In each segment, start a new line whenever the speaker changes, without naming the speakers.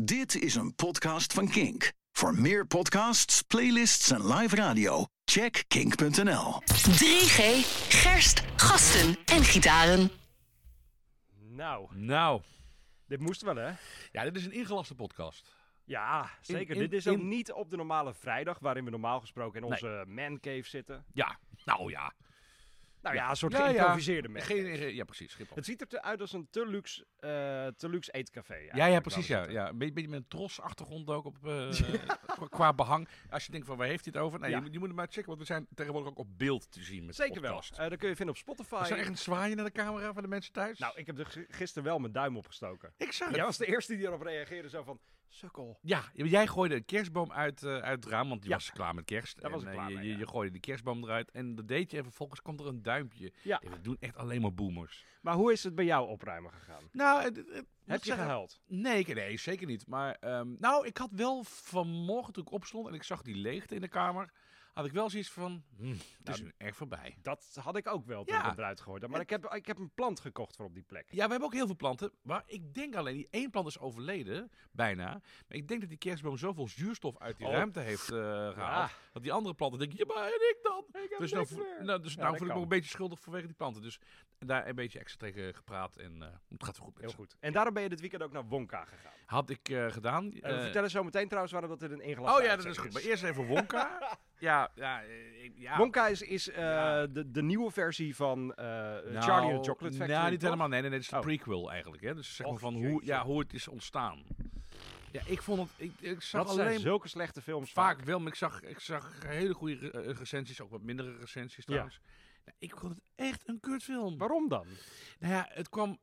Dit is een podcast van Kink. Voor meer podcasts, playlists en live radio, check kink.nl.
3G, gerst, gasten en gitaren.
Nou,
Nou,
dit moest wel, hè?
ja, dit is een ingelaste podcast.
Ja, zeker.
in-
dit is ook
in-
niet op de normale vrijdag, waarin we normaal gesproken in
Nee.
onze mancave zitten.
Ja, nou ja.
Nou ja, een soort
Ja, ja.
geïmproviseerde man.
Geen, geen- ja, precies. Schip op.
Het ziet eruit als een te luxe, eh, te luxe eetcafé. eigenlijk,
Ja, ja,
laten
precies.
we
Ja,
zeggen.
ja. Een beetje- beetje met een tros achtergrond ook op, eh, qua- qua behang. Als je denkt van waar heeft hij het over? Nee,
Ja.
je, moet- je moet het maar checken, want we zijn tegenwoordig ook op beeld te zien met de
Zeker wel.
podcast.
Eh dat kun je vinden op Spotify.
Is er echt een zwaaien naar de camera van de mensen thuis?
Nou, ik heb er g- gisteren wel mijn duim opgestoken.
ik zag het.
Jij was de eerste die erop reageerde, zo van, sukkel.
Ja, jij gooide een kerstboom uit, eh, uit het raam, want je
Ja.
was klaar met kerst.
Daar was
En,
ik
eh,
klaar
je,
mee,
je,
ja.
je gooide de kerstboom eruit en dat deed je en vervolgens komt er een duimpje.
Ja.
Ja, we doen echt alleen maar boomers.
Maar hoe is het bij jou opruimen gegaan?
Nou, het, het- het- moet
Heb
ik
je
zeggen-
gehuild?
Nee, ik- nee, zeker niet. Maar ehm, nou, ik had wel vanmorgen toen ik opstond en ik zag die leegte in de kamer, had ik wel zoiets van, hm, het
Nou.
is nu echt voorbij.
Dat had ik ook wel toen
Ja.
ik hem eruit gegooid had. Maar ik heb, ik heb een plant gekocht voor op die plek.
Ja, we hebben ook heel veel planten, maar ik denk alleen, die één plant is overleden, bijna. Maar ik denk dat die kerstboom zoveel zuurstof uit die
Oh.
ruimte heeft eh, gehaald,
Ja.
dat die andere planten denken, ja, maar en ik dan? Dus nou, voel- nou, dus
Ja,
nou
dat
voel ik me
kan.
ook een beetje schuldig vanwege die planten. Dus daar een beetje extra tegen gepraat en eh, het gaat wel goed met
Heel
ze.
goed. En daarom ben je dit weekend ook naar Wonka gegaan.
Had ik eh, gedaan.
En we
eh,
vertellen zo meteen trouwens waarom dat dit een ingelaste
Oh ja, dat is
uitzending
goed. Maar eerst even Wonka. ja, ja, eh, ik- ja.
Wonka is, is eh, de, de nieuwe versie van eh,
Nou,
Charlie and the Chocolate Factory.
Nou, niet
toch?
helemaal. Nee, nee, nee. Het is de
Oh.
prequel eigenlijk. Hè? Dus zeg
Och,
maar van hoe,
jeetje.
ja, hoe het is ontstaan. Ja, ik vond het... Ik, ik zag
Dat zijn
alleen
zulke slechte films vaak.
vaak wel... Maar ik zag, ik zag hele goede re- eh, recensies. Ook wat mindere recensies
Ja.
trouwens. Nou, ik vond het echt een kutfilm.
Waarom dan?
Nou ja, het kwam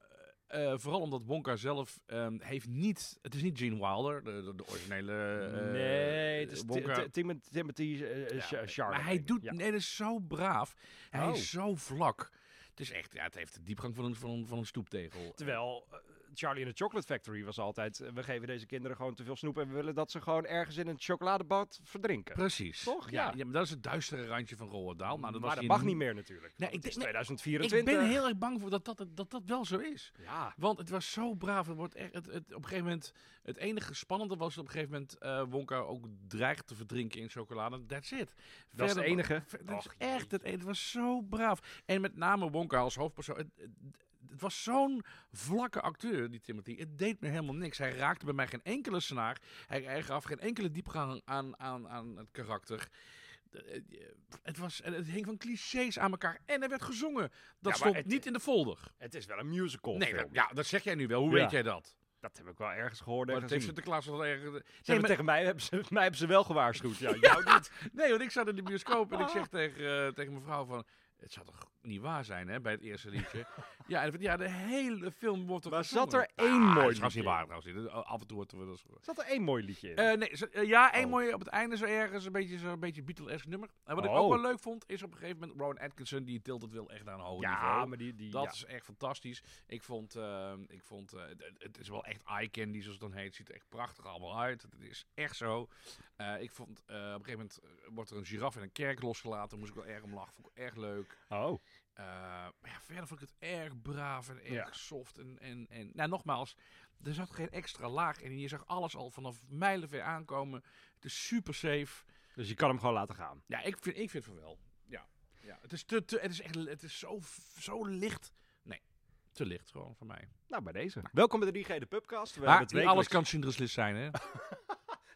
eh, eh, vooral omdat Wonka zelf ehm, heeft niet... Het is niet Gene Wilder, de, de, de originele eh,
nee, het is Ti-
Wonka.
Ti- Tim- Timothy eh, eh,
Ja,
Sh-
maar-
Chalamet.
Maar hij doet...
Ja.
Nee, dat is zo braaf. Hij
Oh.
is zo vlak. Het is echt... Ja, het heeft de diepgang van een, van een, van een stoeptegel.
Terwijl eh, Charlie and the Chocolate Factory was altijd... eh, we geven deze kinderen gewoon te veel snoep... en we willen dat ze gewoon ergens in een chocoladebad verdrinken.
Precies.
Toch?
Ja.
Ja.
ja, maar dat is het duistere randje van Roald Dahl. Nou, dat was
maar dat
hier
mag niet meer natuurlijk.
Nee,
want
ik
het is
denk- nee,
2024.
Ik ben heel erg bang voor dat dat, dat, dat, dat wel zo is.
Ja.
Want het was zo braaf. Het wordt echt, het, het- op een gegeven moment, het enige spannende was dat op een gegeven moment eh, Wonka ook dreigt te verdrinken in chocolade. That's it.
Dat is
Verder-
het enige.
ver- Dat
Och,
is echt, het, het was zo braaf. En met name Wonka als hoofdpersoon. Het, het, het was zo'n vlakke acteur, die Timothy. Het deed me helemaal niks. Hij raakte bij mij geen enkele snaar. Hij, hij gaf geen enkele diepgang aan, aan, aan het karakter. Eh, eh, Het, was, en het hing van clichés aan elkaar. En er werd gezongen. Dat
maar
stond
het-
niet in de folder.
Het is wel een musical
Nee,
film.
dat, ja, dat zeg jij nu wel. Hoe
Ja.
weet jij dat?
Dat heb ik wel ergens gehoord en
Maar
gezien.
tegen
Ze
Sinterklaas was erg... Nee,
hebben
maar-
tegen mij, hebben ze, mij hebben ze wel gewaarschuwd. Ja, jou niet. Oh.
nee, want ik zat in de bioscoop en ik zeg tegen, eh, tegen mijn vrouw van... Het zou toch niet waar zijn, hè, bij het eerste liedje? ja, en, ja, de hele film wordt er
Maar
gezongen.
zat er één mooi
dat is
liedje
trouwens niet
in?
waar, trouwens. niet. Af en toe wordt er wel eens...
Er zat er één mooi liedje in.
Eh, nee, zo- eh, ja, één
Oh.
mooi op het einde zo ergens, een beetje, zo, een beetje Beatle-esque nummer. En wat ik
Oh.
ook wel leuk vond, is op een gegeven moment Rowan Atkinson, die tilt het wel echt naar een hoger
ja,
niveau.
maar die... die
Dat
ja.
is echt fantastisch. Ik vond, eh, ik vond eh, het- het- het is wel echt eye candy, zoals het dan heet. Ziet er echt prachtig allemaal uit. Het is echt zo. Eh, ik vond, eh, op een gegeven moment eh, wordt er een giraf in een kerk losgelaten. Moest ik wel erg om lachen. Vond ik erg leuk.
Oh.
Eh, maar ja, verder vond ik het erg braaf en erg
Ja.
soft. En, en, en nou, nogmaals, er zat geen extra laag in. Je zag alles al vanaf mijlenver aankomen. Het is super safe.
Dus je kan hem gewoon laten gaan.
Ja, ik vind, ik vind van wel. Ja. ja. Het is te, te, het is echt, het is zo, zo licht. Nee, te licht gewoon voor mij.
Nou, bij deze. Welkom bij de 3G de Pubcast. We
Maar
hebben het
niet alles
wekelijks.
kan Schindler's List zijn, hè?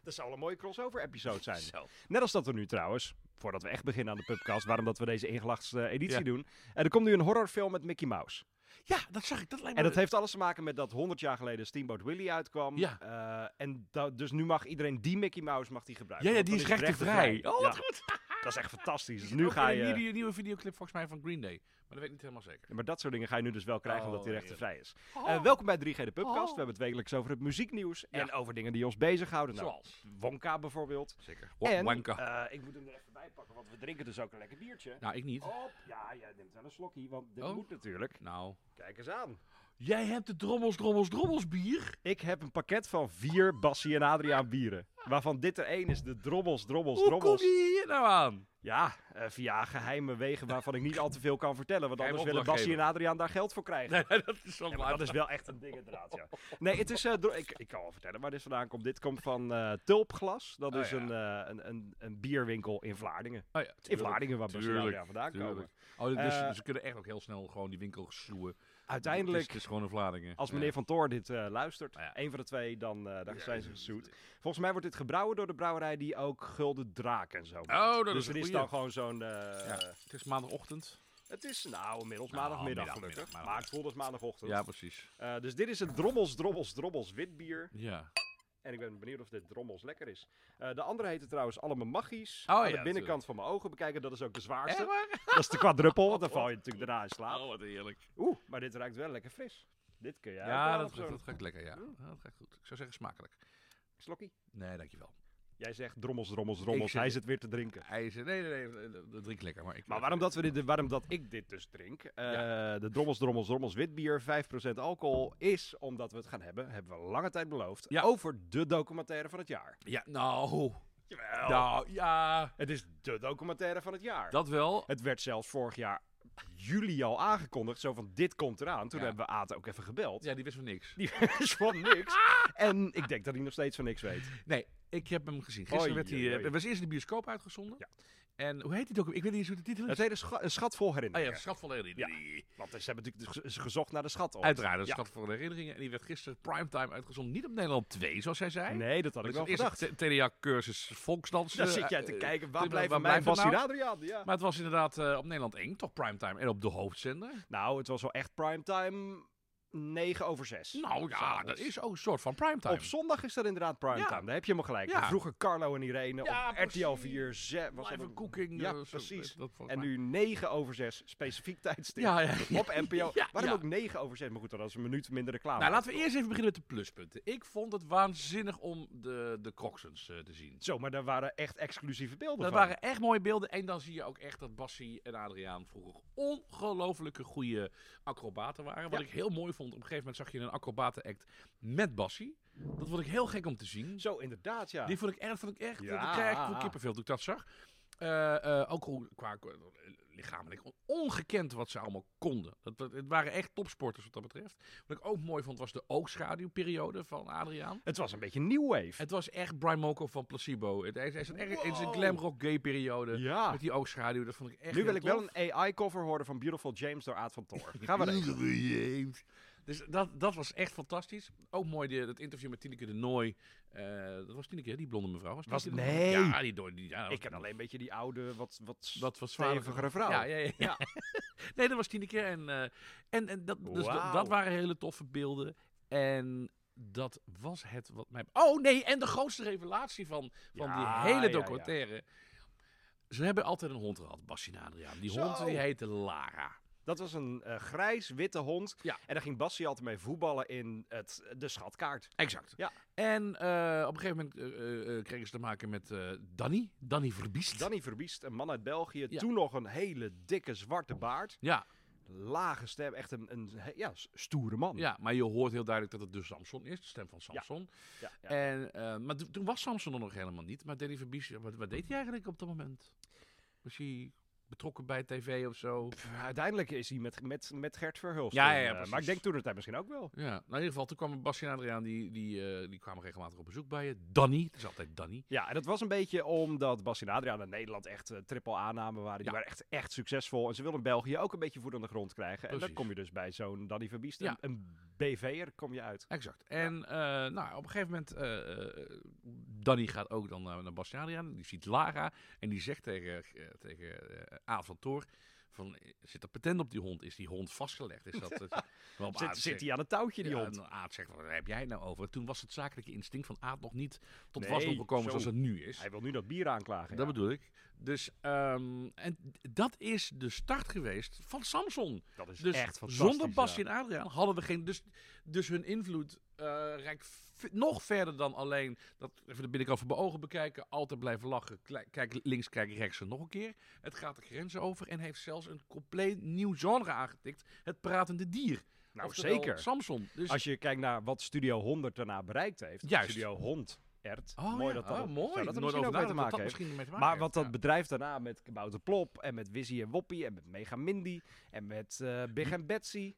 Dat zou wel een mooie crossover-episode zijn. Net als dat we nu trouwens, voordat we echt beginnen aan de Pubcast... waarom dat we deze ingelachte eh, editie
Ja.
doen. En er komt nu een horrorfilm met Mickey Mouse.
Ja, dat zag ik. Dat lijkt me...
En dat heeft alles te maken met dat 100 jaar geleden Steamboat Willie uitkwam.
Ja.
Eh, en da- dus nu mag iedereen die Mickey Mouse mag die gebruiken.
Ja, ja,
want
die
dan
is rechtenvrij.
rechtenvrij.
Oh, wat
Ja,
goed.
Dat is echt fantastisch. Dus
Die
nu
zit
ga
ook in Een
je...
nieuwe, nieuwe videoclip volgens mij van Green Day. Maar dat weet ik niet helemaal zeker.
Ja, Maar dat soort dingen ga je nu dus wel krijgen
Oh,
omdat die
heerlijk.
rechtenvrij is. Eh, welkom bij 3G de Pubcast.
Oh.
We hebben het wekelijks over het muzieknieuws
Ja.
en over dingen die ons bezighouden. Nou,
Zoals.
Wonka bijvoorbeeld.
Zeker.
En,
Wanka.
eh, ik moet hem er even bij pakken, want we drinken dus ook een lekker biertje.
nou, ik niet.
Op, ja, jij neemt wel een slokje, want dit
Oh.
Oh, moet natuurlijk.
Nou.
Kijk eens aan.
Jij hebt de drommels, drommels, drommels bier.
Ik heb een pakket van vier Bassie en Adriaan bieren. Waarvan dit er één is, de drobbels, drobbels,
Hoe kom
drobbels.
je hier nou aan?
Ja, eh, via geheime wegen waarvan ik niet al te veel kan vertellen. Want
Geheime
anders willen Bassie
opdrachtgever.
en Adriaan daar geld voor krijgen.
Nee, dat is wel
Ja, maar dat is wel echt een ding inderdaad, ja. Nee, het is... eh, dro- ik, ik kan wel vertellen waar dit vandaan komt. Dit komt van eh, Tulpglas. Dat
Oh,
is
ja.
een, eh, een, een, een bierwinkel in Vlaardingen.
Oh ja,
In
tuurlijk,
Vlaardingen, waar Bassie en
tuurlijk,
Adriaan vandaan komen.
tuurlijk. Oh, dus
Eh,
ze kunnen echt ook heel snel gewoon die winkel schroeven. Het is, het
Uiteindelijk,
is gewoon een Vladingen.
als meneer Van Toor dit eh, luistert,
Nou ja.
één van de twee, dan eh, dan
Ja,
zijn ze
dus-
gezoet. Volgens mij wordt dit gebrouwen door de brouwerij die ook Gulden Draak en zo maakt.
Oh, dat
Dus
is een
er is
goeie.
dan gewoon zo'n... eh,
Ja. Het is maandagochtend.
Het is nou inmiddels
Nou,
maandagmiddag
middag,
gelukkig.
middag,
maar het voelt als maandagochtend.
Ja, precies.
Eh, dus dit is het Drommels, Drommels, Drommels witbier.
Ja.
En ik ben benieuwd of dit drommels lekker is. Eh, de andere heette trouwens allemaal magisch.
Oh
Aan
ja,
de binnenkant
natuurlijk.
van mijn ogen bekijken, dat is ook de
Echt
zwaarste.
waar?
Dat is de kwadruppel, want dan val je natuurlijk daarna in slaap.
Oh, wat heerlijk.
Oeh, maar dit ruikt wel lekker fris. Dit kun jij ook
Ja,
wel
dat,
op zo'n
dat gaat lekker, ja. Ja, Dat gaat goed. Ik zou zeggen smakelijk.
slokkie.
Nee, dankjewel.
Jij zegt drommels, drommels, drommels.
zeg-
Hij zit weer te drinken.
Hij is, nee, nee, nee, eh, dat drink lekker. Maar, ik
Maar waarom dat, we dit, waarom dat ik dit dus drink? eh, De drommels, drommels, drommels witbier, 5% alcohol, is omdat we het gaan hebben, hebben we lange tijd beloofd,
Ja.
over de documentaire van het jaar.
Ja, nou.
Oh. Jawel.
Nou, ja.
Het is de documentaire van het jaar.
Dat wel.
Het werd zelfs vorig jaar juli al aangekondigd. Zo van, dit komt eraan. Toen
Ja.
hebben we Aad ook even gebeld.
Ja, die wist van niks.
Die is van niks. En ik denk dat hij nog steeds van niks weet.
Nee, ik heb hem gezien. Gisteren
Oei,
werd hij...
oei,
eh,
oei.
Het was eerst in de bioscoop uitgezonden.
Ja.
En hoe heet die document? Ik weet niet eens hoe de titel
Het
is.
hele scha een schat vol
Ah ja,
herinneringen.
Schat van Herinneringen.
Want ze hebben natuurlijk dus ge- ze gezocht naar de schat op.
Uiteraard, dat is
Ja.
Schat van Herinneringen. En die werd gisteren primetime uitgezonden. Niet op Nederland 2, zoals zij zei.
Nee, dat had ik wel gedacht.
TDA-cursus volksdansen.
Daar zit jij te
Eh,
kijken.
eh,
Waar blijven
waar
mijn
blijft het
Bassie
nou?
Adriaan? Ja.
Maar het was inderdaad eh, op Nederland 1, toch primetime. En op de hoofdzender.
Nou, het was wel echt primetime 9 over 6.
Nou ja, dat is ook een soort van primetime.
Op zondag is dat inderdaad primetime.
Ja.
Daar heb je hem gelijk.
Ja.
Vroeger Carlo en Irene
Ja,
op RTL 4.
precies.
ze- was dat
Live
een-
cooking.
Ja,
eh, zo,
precies.
eh, dat volgens
En
mij.
nu 9 over 6, specifiek tijdstip.
Ja, ja, ja.
Op NPO.
Ja,
Waarom
ja.
ook 9 over 6? Maar goed, dat is een minuut minder reclame.
Nou, laten we eerst even beginnen met de pluspunten. Ik vond het waanzinnig om de, de Crocsons eh, te zien.
Zo, maar daar waren echt exclusieve beelden
Dat
van.
waren echt mooie beelden. En dan zie je ook echt dat Bassie en Adriaan vroeger ongelooflijke goede acrobaten waren. Wat
Ja.
ik heel mooi vond. Op een gegeven moment zag je een acrobatenact met Bassie. Dat vond ik heel gek om te zien.
Zo, inderdaad, ja.
Die vond ik echt, vond ik echt,
Ja.
ik kreeg echt van kippenvel toen ik dat zag. Eh, eh, ook hoe, qua, qua- lichamelijk on- ongekend wat ze allemaal konden. Dat, dat- het waren echt topsporters wat dat betreft. Wat ik ook mooi vond was de oogschaduwperiode van Adriaan.
Het was een beetje New Wave.
Het was echt Brian Moko van Placebo. Het is, het is een, erg- het is een
Wow.
glamrock gay periode.
Ja.
Met die oogschaduw, dat vond ik echt
Ah. Nu wil
heel
ik
tof.
wel een AI-cover horen van Beautiful James door Aad van Toor. Gaan we regelen.
Dus dat, dat was echt fantastisch. Ook mooi de, dat interview met Tineke de Nooi. Eh, dat was Tineke, hè? die blonde mevrouw. Was,
Was-
Tineke de Nooi?
nee.
Ja, die, door- die, ja, dat
Ik
was-
ken alleen een beetje die oude, wat, wat,
Dat was
stevigere vrouw.
Ja, ja, ja. ja. nee, dat was tien keer. En, eh, en, en dat, dus dat-
Wauw.
dat waren hele toffe beelden. En dat was het wat mij... Oh nee, en de grootste revelatie van, van
Ja,
die
ja,
hele
ja.
documentaire. Ze hebben altijd een hond gehad, Bassie en Adriaan. Die
Zo.
hond die heette Lara.
Dat was een eh, grijs-witte hond.
Ja.
En daar ging Bassie altijd mee voetballen in het, de schatkaart.
Exact.
Ja.
En eh, op een gegeven moment eh, eh, eh, kregen ze te maken met eh, Danny. Danny Verbiest.
Danny Verbiest, een man uit België.
Ja.
Toen nog een hele dikke zwarte baard.
Ja,
lage stem. Echt een, een he- ja, s- stoere man.
ja, maar je hoort heel duidelijk dat het de Samson is. De stem van Samson.
Ja, ja.
En, eh, maar to- toen was Samson er nog helemaal niet. Maar Danny Verbies, wat, wat deed hij eigenlijk op dat moment? Was hij betrokken bij tv of zo?
Pff, uiteindelijk is hij met, met, met Gert Verhulst.
Ja,
in,
ja, ja,
eh,
precies.
maar ik denk toen het hij misschien ook wel.
Ja, nou in ieder geval, toen kwam Bastien en Adriaan, die, die, eh, die kwamen regelmatig op bezoek bij je. Danny, het is altijd Danny.
Ja, en dat was een beetje omdat Bas en Adriaan in Nederland echt eh, triple aannamen waren. Die
Ja.
waren echt, echt succesvol. En ze wilden België ook een beetje voet aan de grond krijgen. En dan
Precies.
kom je dus bij zo'n Danny Verbiest.
Ja.
Een, een BV'er kom je uit.
Exact. En eh, nou, op een gegeven moment, eh, eh, Danny gaat ook dan eh, naar, naar Bastien en Adriaan. Die ziet Lara en die zegt tegen, eh, tegen eh Aaf van Toor... Van, eh, zit er patent op die hond? Is die hond vastgelegd? Is dat, eh, waarop Aaf
Zit, zit
zegt-
hij aan het touwtje, die
ja, nou,
hond?
En Aad zegt, waar heb jij het nou over? Toen was het zakelijke instinct van Aad nog niet tot
Nee,
wasdom gekomen
zo.
zoals het nu is.
Hij wil nu dat bier aanklagen.
Dat
ja.
bedoel ik. Dus, ehm, en dat is de start geweest van Samson.
dat is
Dus
echt fantastisch.
zonder
ja.
Basje en Adriaan hadden we geen... Dus, dus hun invloed eh reikt v- nog verder dan alleen... Dat even de binnenkant van mijn ogen bekijken. Altijd blijven lachen. klei- Kijk links, kijk rechts en nog een keer. Het gaat de grenzen over en heeft zelfs een compleet nieuw genre aangetikt. Het pratende dier.
Nou,
Oftewel
zeker.
Samson. Dus
Als je kijkt naar wat Studio 100 daarna bereikt heeft.
Juist.
Studio Hond Ert.
Oh,
mooi
ja.
dat dat,
oh, mooi.
Zou dat er
Nooit
misschien ook mee
over
te maken
nagedacht dat dat
heeft.
misschien ermee te maken
Maar wat dat
heeft,
bedrijf daarna met Kabouter Plop en met Wizzy en Woppie en met Mega Mindy en met eh, Big en Betsy.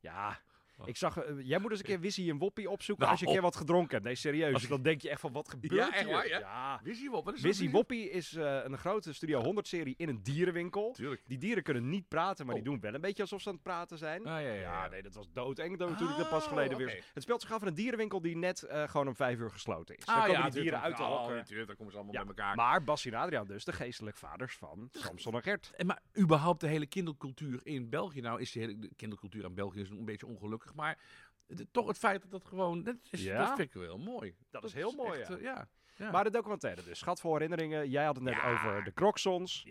Ja, ik zag... eh, jij moet eens een keer Wizzy en Woppie opzoeken
Oh. Nou,
als je een keer
op.
wat gedronken hebt. Nee, serieus. Dan denk je echt van, wat gebeurt
Ja, echt
hier?
waar, ja.
ja.
ja. Wizzy Ah, Wop, wat is dat?
Wizzy Woppie is eh, een grote Studio 100-serie in een dierenwinkel.
Tuurlijk.
Die dieren kunnen niet praten, maar die
Oh.
doen wel een beetje alsof ze aan het praten zijn.
Ah, ja, ja, ja.
Ja, nee, dat was doodeng dat toen ik dat pas
Oh,
geleden weer...
oké.
Het speelt zich af in een dierenwinkel die net eh, gewoon om vijf uur gesloten is.
Ah,
Dan komen
ja,
die dieren
tuurlijk.
uit de
Oh,
hokken.
natuurlijk, dan komen ze allemaal
Ja,
bij elkaar.
Maar Bassie en Adriaan dus, de geestelijk vaders van Samson en Gert.
En Eh, maar überhaupt de hele kindercultuur in België. Nou is die hele de kindercultuur aan België is een beetje ongelukkig. Maar de- toch het feit dat dat gewoon... Dat, is,
Ja.
dat vind ik wel mooi. Dat,
is heel mooi,
echt,
ja.
eh, ja. Ja.
Maar de documentaire dus, Schat voor herinneringen. Jij had het net
Ja.
over de Crocsons.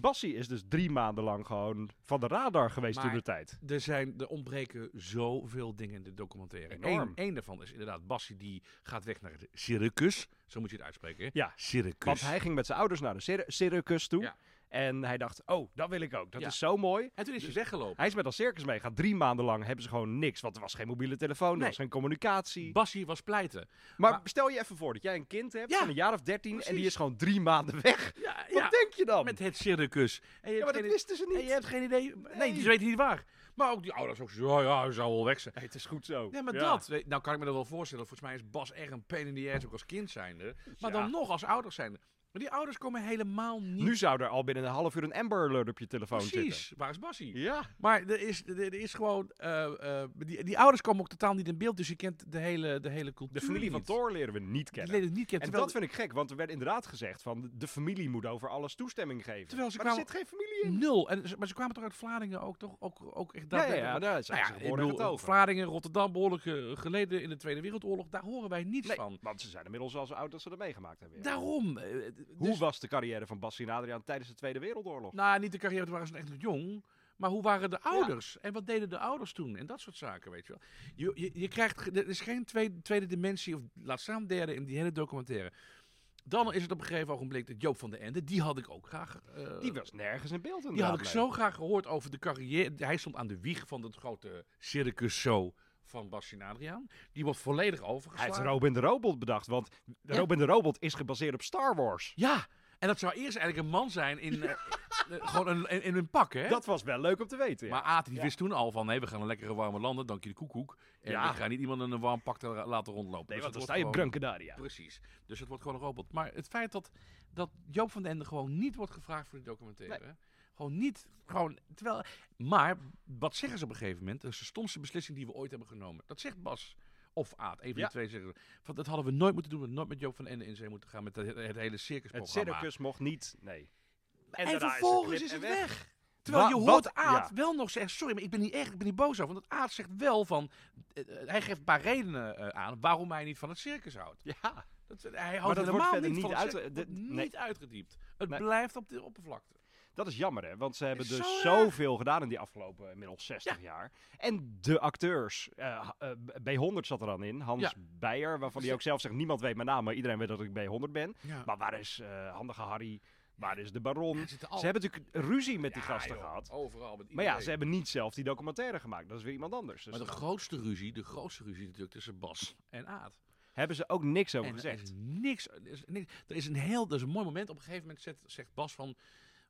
Bassie is dus drie maanden lang gewoon van de radar geweest toen
Maar-
de tijd.
Er, zijn, er ontbreken zoveel dingen in de documentaire.
Enorm.
Eén, één daarvan is inderdaad Bassie die gaat weg naar het circus. Zo moet je het uitspreken. hè?
Ja,
Circus.
want hij ging met zijn ouders naar de cir- circus toe.
Ja.
En hij dacht, oh, dat wil ik ook. Dat
Ja.
is Dus- zo mooi.
En toen is hij weggelopen.
Hij is met dat circus mee. Gaat drie maanden lang hebben ze gewoon niks. Want er was geen mobiele telefoon, er
Nee.
was geen communicatie.
Bassie was pleiten.
maar,
maar-
stel je even voor dat jij een kind hebt
Ja,
van een jaar of dertien en die
precies.
is gewoon drie maanden weg.
Ja,
Wat denk je dan?
Met het circus. En je
ja, maar
hebt geen
dat
idee-
wisten ze niet.
En je hebt geen idee. Nee,
Nee.
die weten niet waar. Maar ook die ouders ook zo, oh ja, hij zou wel weg zijn.
Nee, het is goed zo.
Ja, maar dat. weet- Nou kan ik me dat wel voorstellen. Volgens mij is Bas echt een pain in the ass, ook als kind zijnde. Maar
Ja.
dan nog als ouders zijnde. Maar die ouders komen helemaal niet...
Nu zou er al binnen een half uur een Amber Alert op je telefoon
Precies, waar is Bassie?
zitten. Ja.
Maar er is, er er is gewoon... eh, eh, die, die ouders komen ook totaal niet in beeld, dus je kent de hele, de hele cultuur
De familie van
Thor
Thor leren we niet
Die
kennen.
leden niet kent,
en
terwijl,
dat vind ik gek, want er werd inderdaad gezegd van de familie moet over alles toestemming geven.
Terwijl ze
maar er
kwamen-
zit geen familie in.
nul. En, ze- maar ze kwamen toch uit Vlaardingen ook, toch? Ook, ook echt
Ja, ja,
daadwerkelijk
ja,
op-
daar zijn
Nou
ze
ja, ik
behoorlijk
bedoel,
het over.
Vlaardingen, Rotterdam, behoorlijk eh, geleden in de Tweede Wereldoorlog. Daar horen wij niets
Nee,
van.
want ze zijn inmiddels al zo oud dat ze dat meegemaakt hebben. ja.
Daarom. eh, eh,
Hoe
dus-
was de carrière van Bassie en Adriaan tijdens de Tweede Wereldoorlog?
nou, niet de carrière, toen waren ze echt nog jong. Maar hoe waren de ouders? En wat deden de ouders toen? En dat soort zaken, weet je wel. Je, je, je krijgt, ge- er is geen tweede, tweede dimensie, of laat staan derde, in die hele documentaire. Dan is het op een gegeven ogenblik dat Joop van der Ende, die had ik ook graag... eh,
die was nergens in beeld
Die
inderdaad,
had ik
nee.
zo graag gehoord over de carrière. Hij stond aan de wieg van het grote circusshow van Bastien Adriaan. Die wordt volledig
Hij heeft
overgeslagen.
Robin de Robot bedacht, want
Ja.
Robin de Robot is gebaseerd op Star Wars.
ja, en dat zou eerst eigenlijk een man zijn in, eh, eh, gewoon een, in, in een pak, hè?
Dat was wel leuk om te weten. ja.
Maar Aad die wist toen al van, nee, we gaan een lekkere warme landen, dank je de koekoek. En
Ja.
we gaan niet iemand in een warm pak te la- laten rondlopen.
nee, want
Dus
dan
het
sta je op
wordt
Gran Canaria.
gewoon- Precies. Dus het wordt gewoon een robot. Maar het feit dat, dat Joop van den Ende gewoon niet wordt gevraagd voor die documentaire. Gewoon niet. Gewoon, terwijl, maar wat zeggen ze op een gegeven moment? Dat is de stomste beslissing die we ooit hebben genomen. Dat zegt Bas. Of Aad, een van
Ja.
de twee zeggen. ze. Van, dat hadden we nooit moeten doen. We hadden nooit met Joop van den Ende in zee moeten gaan. Met het, het hele
Het
circusprogramma.
circus mocht niet, nee.
En,
daarna is de
vervolgens
clip
is
en
het weg. Terwijl
Wa-
je
wat-
hoort Aad
ja.
wel nog zeggen, sorry, maar ik ben niet echt, ik ben niet boos over. Want Aad zegt wel van, eh, eh, hij geeft een paar redenen eh, aan waarom hij niet van het circus houdt.
Ja.
Dat, eh, hij
wordt
houdt helemaal
verder
niet,
niet
van het
uit-
circus,
de-
wordt
nee.
niet uitgediept. Het
Nee.
blijft op de oppervlakte.
Dat is jammer, hè? Want ze hebben
Is
dus
zo raar.
zoveel gedaan in die afgelopen eh, inmiddels 60 jaar. En de acteurs, eh, eh, B100 zat er dan in, Hans
Ja.
Beijer, waarvan hij ook zelf zegt, niemand weet mijn naam, maar iedereen weet dat ik B100 ben. Maar waar is eh, Handige Harry? Waar is de Baron?
Ja, ze zitten al-
Ze hebben natuurlijk ruzie met die
Ja,
gasten
joh,
gehad.
Overal met
Maar ja,
iedereen.
ze hebben niet zelf die documentaire gemaakt. Dat is weer iemand anders. Dus
Maar de grootste ruzie, de grootste ruzie natuurlijk tussen Bas en Aad.
hebben ze ook niks over
En er
gezegd.
is niks, er is niks. Er is een heel, dat is een mooi moment. Op een gegeven moment zegt, zegt Bas van.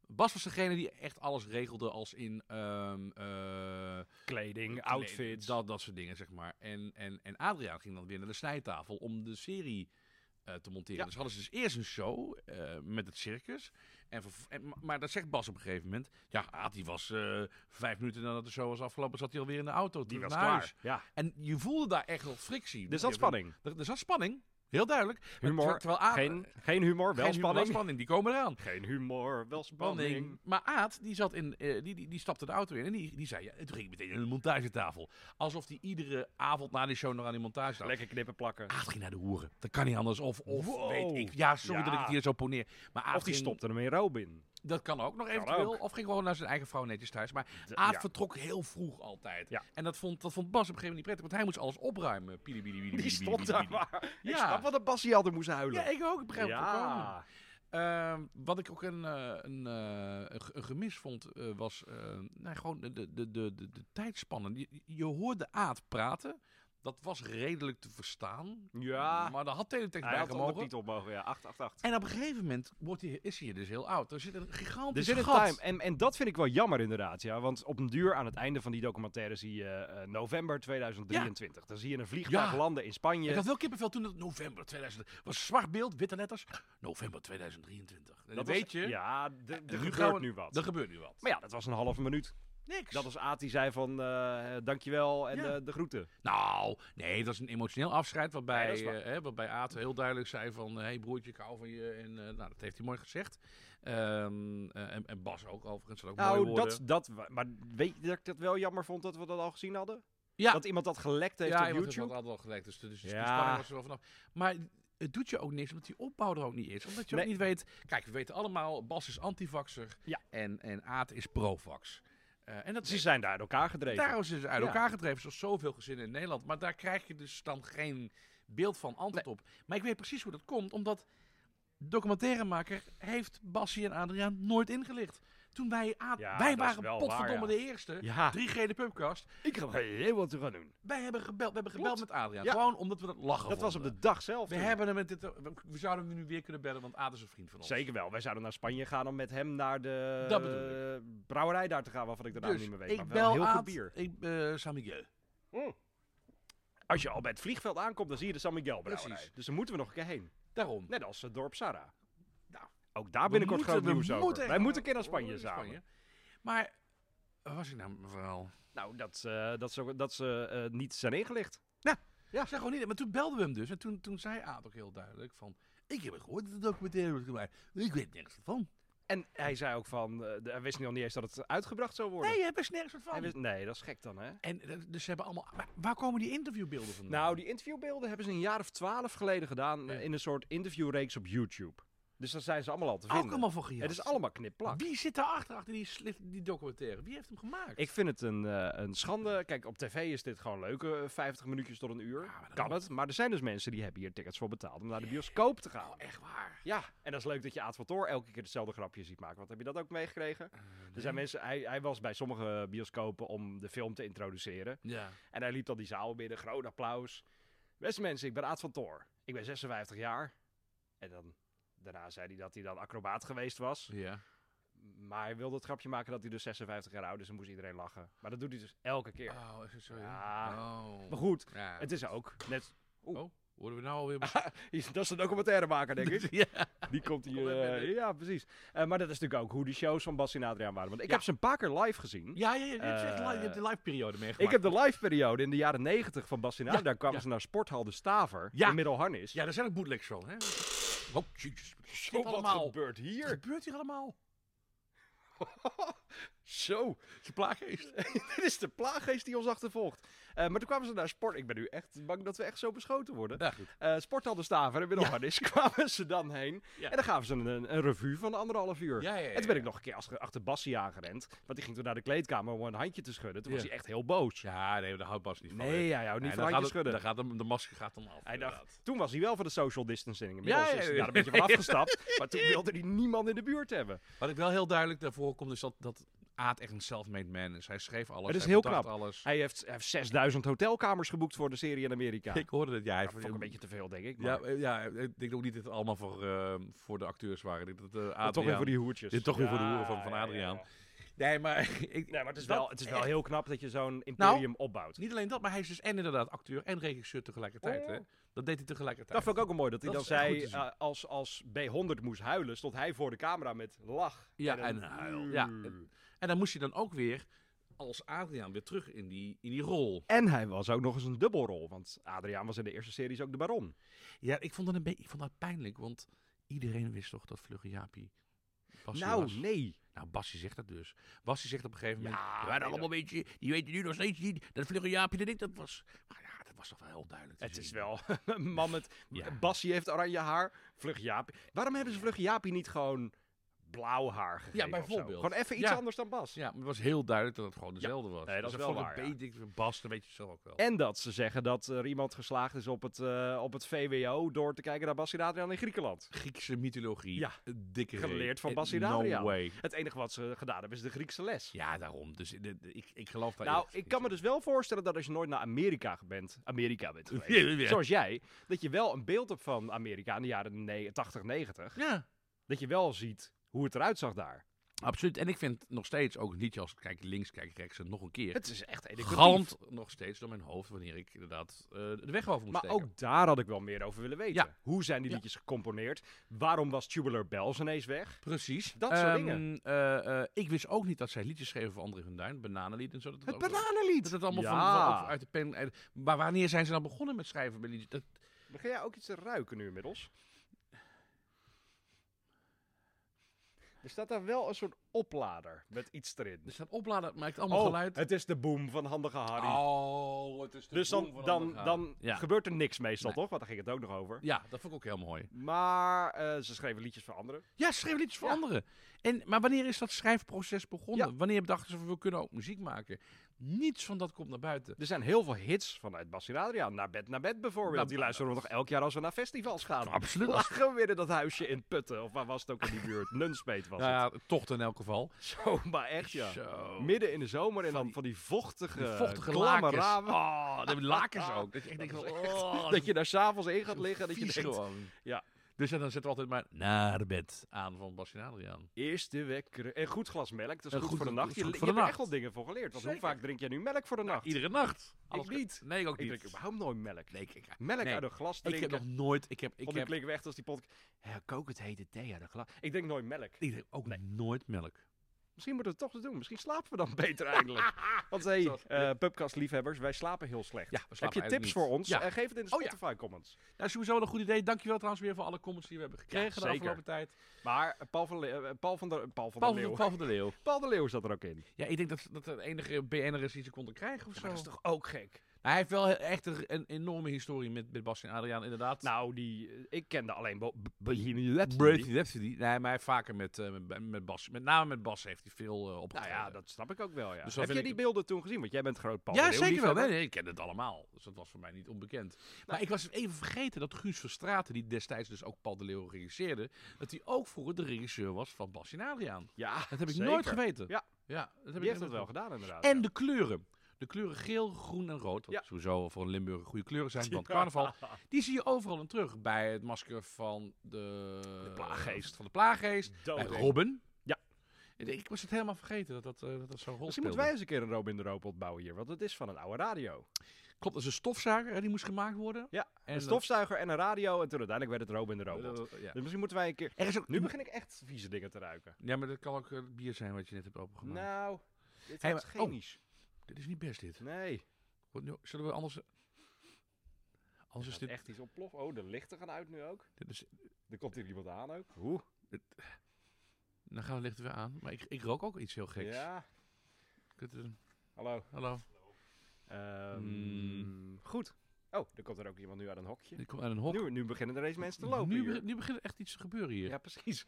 Bas was degene die echt alles regelde, als in ehm, eh,
Kleding,
kle-
outfits.
dat, dat soort dingen zeg maar. En, en, en Adriaan ging dan weer naar de snijtafel om de serie eh, te monteren.
Ja.
Dus hadden ze dus eerst een show eh, met het circus. En verv- en, ma- maar dat zegt Bas op een gegeven moment. Ja, Aad die was eh, vijf minuten nadat de show was afgelopen, zat hij alweer in de auto.
die
terug
was
naar
klaar. Dus
huis.
Ja.
En je voelde daar echt wel frictie.
Er zat spanning.
Er, er zat spanning, heel duidelijk. Maar
Humor.
terwijl- terwijl Aad-
Geen, geen humor, wel
geen humor,
spanning.
spanning, die komen eraan.
Geen humor, wel
Spanning.
spanning.
Maar Aad, die, zat in, eh, die, die, die stapte de auto in en die, die zei... Ja, en toen ging ik meteen naar de montagetafel. Alsof hij iedere avond na die show nog aan die montage zat.
Lekker knippen plakken.
Aad ging naar de hoeren. Dat kan niet anders. Of, of
Wow.
weet ik... Ja, sorry
Ja.
dat ik het hier zo poneer. Maar Aad
Of die
ging-
stopte hem Ah, in Robin.
Dat kan ook nog eventueel. Of ging gewoon naar zijn eigen vrouw netjes thuis. Maar
D-
Aad
ja.
vertrok heel vroeg altijd.
Ja.
En dat vond, dat vond Bas op een gegeven moment niet prettig. Want hij moest alles opruimen. Pili, pili, pili,
Die
pili, pili,
stond
pili,
daar
pili.
maar. Ik
Ja.
snap wat een Bassie hadden moest huilen.
Ja, ik ook. Ik begrijp het volkomen.
Ja.
Ehm, wat ik ook een, eh, een, eh, een ge- een gemis vond, eh, was eh, nou, gewoon de, de, de, de, de, de tijdspannen. Je, je hoorde Aad praten. Dat was redelijk te verstaan.
Ja,
Maar daar had teletext
hij
bij
had onder
gemogen.
titel mogen. Ja, 888.
En op een gegeven moment wordt hij, is hij dus heel oud. Er zit een gigantisch
Er zit een
gat.
time. En, en dat vind ik wel jammer inderdaad. Ja, want op een duur aan het einde van die documentaire zie je eh, eh, november 2023. Dan zie je een vliegtuig
Ja.
landen in Spanje.
Ik had wel kippenvel toen het november 2000 was. Zwart beeld, witte letters. November 2023. En
Dat
dan
was-
weet je.
Ja, d- er
nu gaan
gebeurt
we-
nu wat.
Er gebeurt nu wat.
Maar ja, dat was een halve minuut.
niks.
Dat was Aad die zei van eh, eh, dankjewel en
Ja.
eh, de groeten.
Nou, nee, dat is een emotioneel afscheid.
Nee,
Waarbij,
dat is waar.
eh, hè, waarbij Aad heel duidelijk zei van... Hé hey broertje, ik hou van je. En eh, nou, dat heeft hij mooi gezegd. Ehm, eh, en, en Bas ook overigens. had Ook mooie
Nou,
woorden.
dat, dat, wa- maar weet je dat ik dat wel jammer vond dat we dat al gezien hadden?
Ja.
Dat iemand dat gelekt heeft
ja,
op
want het
YouTube?
had altijd al gelijk. Dus, dus, dus
Ja.
de spanning was er wel vanaf. Maar het doet je ook niks, omdat die opbouw er ook niet is. Omdat je
Nee.
ook niet weet... Kijk, we weten allemaal, Bas is antivaxer.
Ja.
En, en Aad is provax. Eh en dat
Ze
is
zijn daar uit elkaar gedreven.
Daarom is ze uit
Ja.
elkaar gedreven, zoals zoveel gezinnen in Nederland. Maar daar krijg je dus dan geen beeld van antwoord op. Maar ik weet precies hoe dat komt, omdat de documentairemaker heeft Bassie en Adriaan nooit ingelicht. Toen wij, Aad-
Ja, dat
wij
is
waren
wel waar,
potverdomme
ja.
de eerste.
Ja,
3G de pubcast.
ik ga heel wat te gaan doen.
Wij hebben gebeld, we hebben gebeld
Klopt.
met Adriaan.
Ja.
Gewoon omdat we dat lachen
Dat was op
vonden.
de dag zelf.
We
toen.
hebben hem met dit... We we zouden hem nu weer kunnen bellen, want Aad is een vriend van ons.
Zeker wel. Wij zouden naar Spanje gaan om met hem naar de
Dat bedoel
eh, brouwerij daar te gaan, waarvan ik de naam
Dus
niet meer weet.
ik
maar wel
bel
heel
Aad,
goed bier. Hm.
Ik, eh San Miguel.
Als je al bij het vliegveld aankomt, dan zie je de San Miguel brouwerij.
Precies.
Dus daar moeten we nog een keer heen.
Daarom.
Net als het dorp Sarah.
Nou,
ook daar Ah, binnenkort
moeten-
groot nieuws
we
over.
moeten echt
Wij
wel-
moeten een keer naar Spanje
naar
samen.
Maar, waar was ik nou met mijn verhaal?
Nou, dat, eh, dat ze, dat ze eh, niet zijn ingelicht.
Ja, zeg gewoon niet. Maar toen belden we hem dus. En toen, toen zei Aad ook heel duidelijk van... Ik heb het gehoord dat de documentaire wordt gemaakt. Ik weet niks van.
En hij zei ook van, eh, de- hij wist nog niet eens dat het uitgebracht zou worden.
Nee, hij wist nergens wat
Hij
van.
wist- nee, dat is gek dan, hè?
En eh, dus ze hebben allemaal... Maar waar komen die interviewbeelden vandaan?
Nou, die interviewbeelden hebben ze een jaar of twaalf geleden gedaan eh,
Ja.
in een soort interviewreeks op YouTube. Dus daar zijn ze allemaal al te
Ook
vinden.
allemaal van gejast.
Het is allemaal knipplak.
Wie zit daarachter, achter die, slif- die documentaire? Wie heeft hem gemaakt?
Ik vind het een, eh, een schande. Kijk, op tv is dit gewoon leuk. eh, 50 minuutjes tot een uur.
Ja, maar dat-
kan het. Maar er zijn dus mensen die hebben hier tickets voor betaald om naar de bioscoop te gaan.
Oh, echt waar.
Ja, en dat is leuk dat je Aad van Toor elke keer hetzelfde grapje ziet maken. Want heb je dat ook meegekregen?
Eh,
Er zijn mensen, hij, hij was bij sommige bioscopen om de film te introduceren.
dus- Ja.
En hij liep dan die zaal binnen, groot applaus. Beste mensen, ik ben Aad van Toor. Ik ben 56 jaar. En dan, daarna zei hij dat hij dan acrobaat geweest was.
Ja.
Maar hij wilde het grapje maken dat hij dus 56 jaar oud is en moest iedereen lachen. Maar dat doet hij dus elke keer.
Oh, is het zo?
Ja.
Oh.
Maar goed,
Ja.
het is ook net...
Oh, worden we nou alweer...
Dat is een documentairemaker, denk ik.
ja.
Die komt hier.
Kom even
eh,
binnen.
ja, precies. Eh, maar dat is natuurlijk ook hoe die shows van Bas en Adriaan waren. Want ik
Ja.
heb ze een paar keer live gezien.
Ja, ja, ja, je hebt echt
Eh,
li- je hebt de live periode meegemaakt.
Ik heb de live periode in de jaren 90 van Bas en Adriaan. Daar kwamen
ja.
ze naar Sporthal de Staver
Ja.
in Middelharnis.
Ja, daar zijn ook bootlegs van, hè? Oh, jezus. Wat is
Zo,
dit allemaal?
gebeurt
Wat
hier?
gebeurt hier allemaal?
Zo,
Je plaaggeest.
dit is de plaaggeest die ons achtervolgt. Eh, maar toen kwamen ze naar Sport... Ik ben nu echt bang dat we echt zo beschoten worden.
Ja, goed.
Eh Sporthal de Staver in Middelharnis kwamen ze dan heen.
Ja.
En dan gaven ze een, een revue van anderhalf uur.
Ja, ja, ja,
En toen ben ik
ja.
nog een keer achter, achter Bassie aangerend. Want die ging toen naar de kleedkamer om een handje te schudden. Toen
Ja.
was hij echt heel boos.
Ja, nee, daar houdt Bas niet van.
Nee, hij houdt niet van handjes schudden.
Dan gaat hem, de masker gaat dan af.
Hij dacht,
inderdaad.
toen was hij wel voor de social distancing. Inmiddels
Ja, ja,
is hij
ja.
daar een beetje van afgestapt. maar toen wilde hij niemand in de buurt hebben.
Wat ik wel heel duidelijk daarvoor komt, is dat, dat Aad echt een self-made man is. Hij schreef alles.
Het is
hij
heel
bedacht
knap.
alles.
Hij heeft, hij heeft 6000 hotelkamers geboekt voor de serie in Amerika.
Ik hoorde dat jij...
dat vond ik een beetje te veel, denk ik. Maar
Ja, eh, ja, ik denk ook niet dat het allemaal voor, eh, voor de acteurs waren. Ik denk dat, eh,
Maar toch weer
Adriaan-
voor die hoertjes.
Ja, toch weer voor de
Ja,
hoeren van- van
ja, ja,
Adriaan.
ja.
Nee, maar... Ik,
Nee, maar het is,
dat-
wel, Nou, het is wel
echt-
heel knap dat je zo'n imperium opbouwt.
Niet alleen dat, maar hij is dus en inderdaad acteur en regisseur tegelijkertijd. Hè? Dat deed hij tegelijkertijd.
Dat vond ik ook wel mooi, dat hij
Oh. Dat
dan
is echt
zei,
goed te zien.
eh, als, als B100 moest huilen, stond hij voor de camera met lach.
Ja,
een
en een huil. Ja, en- En dan moest je dan ook weer als Adriaan weer terug in die, in die rol.
En hij was ook nog eens een dubbelrol, want Adriaan was in de eerste series ook de baron.
Ja, ik vond dat een beetje ik vond dat pijnlijk, want iedereen wist toch dat Vlugge Jaapie Bassie
nou,
was.
nee.
Nou, Bassie zegt dat dus. Bassie zegt op een gegeven
Ja,
moment... Ja,
nee,
dat allemaal een beetje, die weten nu nog steeds niet dat Vlugge Jaapie dat ik dat was. Maar ja, dat was toch wel heel duidelijk te
Het is
zien.
wel een man met...
Ja.
Bassie heeft oranje haar, Vlug Jaapie. Waarom hebben ze Vlug Jaapie niet gewoon blauw haar gegeven. of zo.
bijvoorbeeld.
Gewoon even iets
Ja.
anders dan Bas.
Ja, maar het was heel duidelijk dat het gewoon dezelfde was.
Nee, dat is
Dus
wel
voor
waar,
de
ja.
B-dik, Bas, dat weet je zelf ook wel.
En dat ze zeggen dat eh, er iemand geslaagd is op het, eh, op het VWO door te kijken naar Bassi Adriaan in Griekenland.
Griekse mythologie.
Ja.
Een Dikke reet.
Geleerd van
Eh,
Bassie
No
Adriaan.
way.
Het enige wat ze gedaan hebben is de Griekse les.
Ja, daarom. Dus eh, de- de- ik, ik geloof daar
Nou,
eerlijk
ik
niet
kan me
in.
dus wel voorstellen dat als je nooit naar Amerika bent, Amerika bent geweest,
Ja, ja, ja.
zoals jij, dat je wel een beeld hebt van Amerika in de jaren ne- 80, 90.
Ja,
Dat je wel ziet hoe het eruit zag daar.
absoluut. En ik vind nog steeds, ook niet als ik kijk links, kijk rechts en nog een keer...
Het is echt educatief.
galmt nog steeds door mijn hoofd wanneer ik inderdaad eh, de weg over moet
Maar
steken.
ook daar had ik wel meer over willen weten.
Ja.
Hoe zijn die
Ja.
liedjes gecomponeerd? Waarom was Tubular Bells ineens weg?
Precies.
Dat soort
Ehm,
dingen.
eh, eh, ik wist ook niet dat zij liedjes schreven voor André van Duin, Bananenlied en zo. Dat
Het
ook- Dat
bananenlied!
het allemaal
Ja.
van, van- uit de pen... uit- maar wanneer zijn ze dan begonnen met schrijven bij liedjes? Dat,
Begin jij ook iets te ruiken nu inmiddels? Er staat daar wel een soort oplader met iets erin.
dus dat opladen maakt allemaal geluid.
Oh, het is de boom van Handige Harry.
Oh, het is de
dus
boem
dan,
van
dan,
Handig
dan
Haar. Ja.
gebeurt er niks meestal,
Nee.
toch? Want daar ging het ook nog over.
ja, dat vond ik ook heel mooi.
Maar eh, ze schreven liedjes voor anderen.
Ja, ze schreven liedjes voor
Ja.
anderen. En, maar wanneer is dat schrijfproces begonnen?
Ja.
Wanneer dachten ze, van, we kunnen ook muziek maken? Niets van dat komt naar buiten.
Er zijn heel veel hits vanuit Bas en Adriaan. Naar bed, naar bed bijvoorbeeld.
Nou,
die luisteren we nog elk jaar als we naar festivals gaan.
Absoluut.
Lachen we weer in dat huisje in Putten. Of waar was het ook in die buurt? Nunspeet was het.
Nou ja, tocht in elk geval.
Zo, maar echt ja.
Zo.
Midden in de zomer en
Van
dan
die-
van die vochtige,
Die vochtige
klamme
lakens.
ramen.
Oh, de lakens ook. Dat je echt denkt,
Dat
van,
is
oh,
dat je daar s'avonds in gaat liggen en dat je
vies
denkt...
gewoon.
Ja.
Dus dan zetten we altijd maar naar bed aan van Bas en Adriaan.
Eerste wekker. En goed glas melk, dat is
Een
goed,
goed-
voor de
dat
nacht.
is
Je,
goed
je
voor de
hebt er echt wel
nacht.
dingen voor geleerd. Want hoe
Zeker. Nou,
vaak drink jij nu melk voor de nacht?
Iedere nacht. Alles-
niet.
Nee, ik ook
ik
niet.
drink überhaupt nooit melk.
Nee, ik, ik-
Melk
nee.
uit een glas
ik
drinken.
heb nog nooit... Ik heb, ik
Of dan
heb,
klinken we echt als die podcast. Hè, kook het hete thee uit een glas. Ik drink nooit melk.
ik drink ook nooit melk.
Misschien moeten we het toch eens doen. Misschien slapen we dan beter eigenlijk. Want hey,
Zoals-
eh pubcast-liefhebbers, wij slapen heel slecht.
Ja, we
Heb
slapen
je tips
eigenlijk
voor
niet.
ons?
Ja.
Eh, geef het in de
Oh ja.
Spotify-comments.
Nou, sowieso een goed idee. Dankjewel trouwens weer voor alle comments die we hebben gekregen de
zeker.
afgelopen tijd.
Maar eh, Paul van, Le- eh, Paul van der eh, Paul van
Paul
der
van,
Leeuw.
Paul van der Leeuw.
Paul de Leeuw zat er ook in.
Ja, ik denk dat dat de enige BN'er is die ze konden krijgen of zo. Nou,
dat is toch ook gek?
Hij heeft wel he- echt een, een enorme historie met, met Bas en Adriaan, inderdaad.
Nou, die, eh, ik kende alleen Bo- B- Bohemian Rhapsody.
Brady Rhapsody. Nee, maar hij heeft vaker met, eh, met, met Bas. Met name met Bas heeft hij veel eh
Nou
opgetreden.
ja, dat snap ik ook wel, ja.
Dus dan
Heb jij die
vind ik-
beelden toen gezien? Want jij bent groot Paul
Ja,
de Leeuw
zeker wel. Nee,
liefhebber.
nee, ik ken het allemaal. Dus dat was voor mij niet onbekend. maar ik was even vergeten dat Guus Verstraeten, die destijds dus ook Paul de Leeuw regisseerde, dat hij ook vroeger de regisseur was van Bas en Adriaan.
Ja,
Dat heb ik
zeker.
nooit geweten.
Ja.
ja dat heb
Die
ik
heeft dat wel gedaan, inderdaad.
En
ja.
de kleuren. De kleuren geel, groen en rood. Wat
Ja.
sowieso voor een Limburg goede kleuren zijn. Want carnaval. Die zie je overal in terug. Bij het masker van de,
De plaaggeest.
Van de plaaggeest.
Dood,
bij
hè?
Robin.
Ja.
Ik- Ik was het helemaal vergeten dat dat, eh, dat, dat zo'n rol
Misschien
speelde.
moeten wij eens een keer een Robin de Robot bouwen hier, want het is van een oude radio.
Klopt, dat is een stofzuiger. hè, Die moest gemaakt worden.
Ja,
En eh,
een
dat-
stofzuiger en een radio en toen uiteindelijk werd het Robin de Robot.
Eh, ja.
Dus misschien moeten wij een keer...
Er is ook...
Nu begin ik echt vieze dingen te ruiken.
Ja, maar dat kan ook eh, het bier zijn wat je net hebt opengemaakt.
Nou, dit
Hey,
is
maar- oh.
chemisch.
Dit is niet best dit.
Nee,
Wat nu- Zullen we anders... Anders is
gaat
Dus dit...
echt iets ontploffen. Oh, de lichten gaan uit nu ook.
dit is...
Er komt hier iemand aan ook. Oeh,
Dan gaan we lichten weer aan. Maar ik, ik rook ook iets heel geks.
ja.
Kut, eh,
Hallo.
hallo.
Ehm,
Hmm.
Goed. Oh, er komt er ook iemand nu uit een hokje.
Ik kom uit een hok.
Nu, nu beginnen er eens mensen te lopen
nu,
hier.
be- nu begint er echt iets te gebeuren hier.
Ja, precies.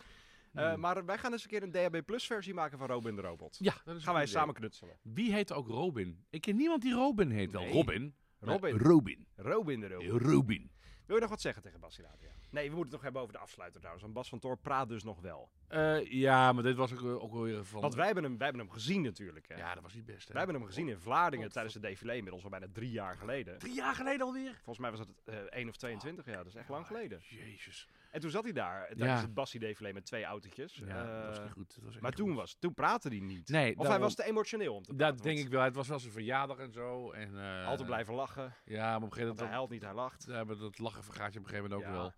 Eh,
Hmm.
maar wij gaan eens een keer een DHB Plus versie maken van Robin de Robot.
Ja, dat is een
Gaan wij
goed idee.
samen knutselen.
Wie heet ook Robin? Ik ken niemand die Robin heet. Wel
Nee.
Robin. maar
Robin.
Robin.
Robin de Robot.
Robin.
Wil je nog wat zeggen tegen Bas in Adria? Nee, we moeten het nog hebben over de afsluiter trouwens. Want Bas van Toor praat dus nog wel.
Eh, ja, maar dit was ook, eh, ook wel weer van...
Want wij hebben hem, wij hebben hem gezien natuurlijk. Hè?
Ja, dat was niet best. Hè?
wij hebben hem gezien in Vlaardingen
Wat-
tijdens de défilé inmiddels al bijna drie jaar geleden. Ah,
Drie jaar geleden alweer.
Volgens mij was dat eh 1 of 22 jaar, dat is echt lang geleden.
Jezus.
En toen zat hij daar, tijdens
Ja.
het Bassie-défilé met twee autootjes.
Ja, dat was
Eh,
niet goed. Dat was echt
maar
niet
toen,
goed.
was, toen praatte hij niet.
Nee,
of hij
daarom-
was te emotioneel om te praten.
Dat denk ik wel. Het was wel zijn verjaardag en zo. En, eh,
Altijd blijven lachen,
Ja, maar op een
want hij
gegeven moment...
huilt niet, hij lacht.
Ja, maar dat lachen vergaat je op een gegeven moment ook
Ja.
wel.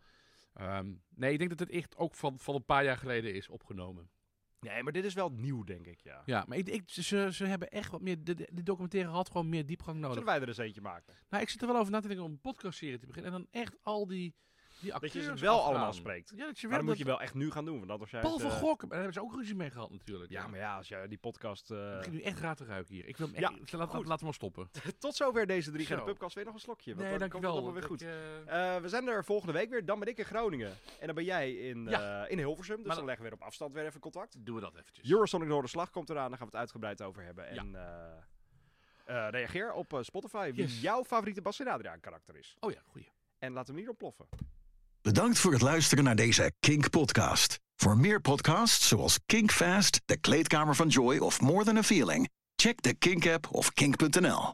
Ehm, nee, ik denk dat het echt ook van, van een paar jaar geleden is opgenomen.
Nee, maar dit is wel nieuw, denk ik, ja.
Ja, maar ik, ik, ze, ze hebben echt wat meer. De, de- de documentaire had gewoon meer diepgang nodig.
Zullen wij er eens eentje maken?
Nou, ik zit er wel over na te denken om een podcastserie te beginnen. En dan echt al die die
Dat je ze
acteurs
wel
afgaan.
allemaal spreekt.
Ja, dat je
Maar
wel...
dat moet je
dat-
wel echt nu gaan doen. Want anders jij
Paul
het,
van
eh,
Gok, daar hebben ze ook ruzie mee gehad natuurlijk.
Ja, maar ja, als jij die podcast... eh,
Ik begin nu echt raad te ruiken hier. Ik wil hem
Ja,
echt, laat- laat,
goed.
laten we maar stoppen.
Tot zover deze drie. Ga de
Zo.
pubcast weer nog een slokje. Want
nee,
dan komt het
dankjewel.
allemaal weer goed.
Ik, eh,
Eh, we zijn er volgende week weer. Dan ben ik in Groningen. En dan ben jij in,
Ja.
eh, in Hilversum. Dus
Maar
dan
dan-
leggen we weer op afstand weer even contact.
doen we dat eventjes.
Eurosonic door de slag komt eraan. Daar gaan we het uitgebreid over hebben.
Ja.
En eh, eh, reageer op eh, Spotify wie
Yes.
jouw favoriete Bas en Adriaan karakter is.
Oh ja, goeie.
En laat hem niet ontploffen.
Bedankt voor het luisteren naar deze Kink podcast. Voor meer podcasts zoals Kink Fast, De Kleedkamer van Joy of More Than a Feeling, check de Kink app of kink.nl.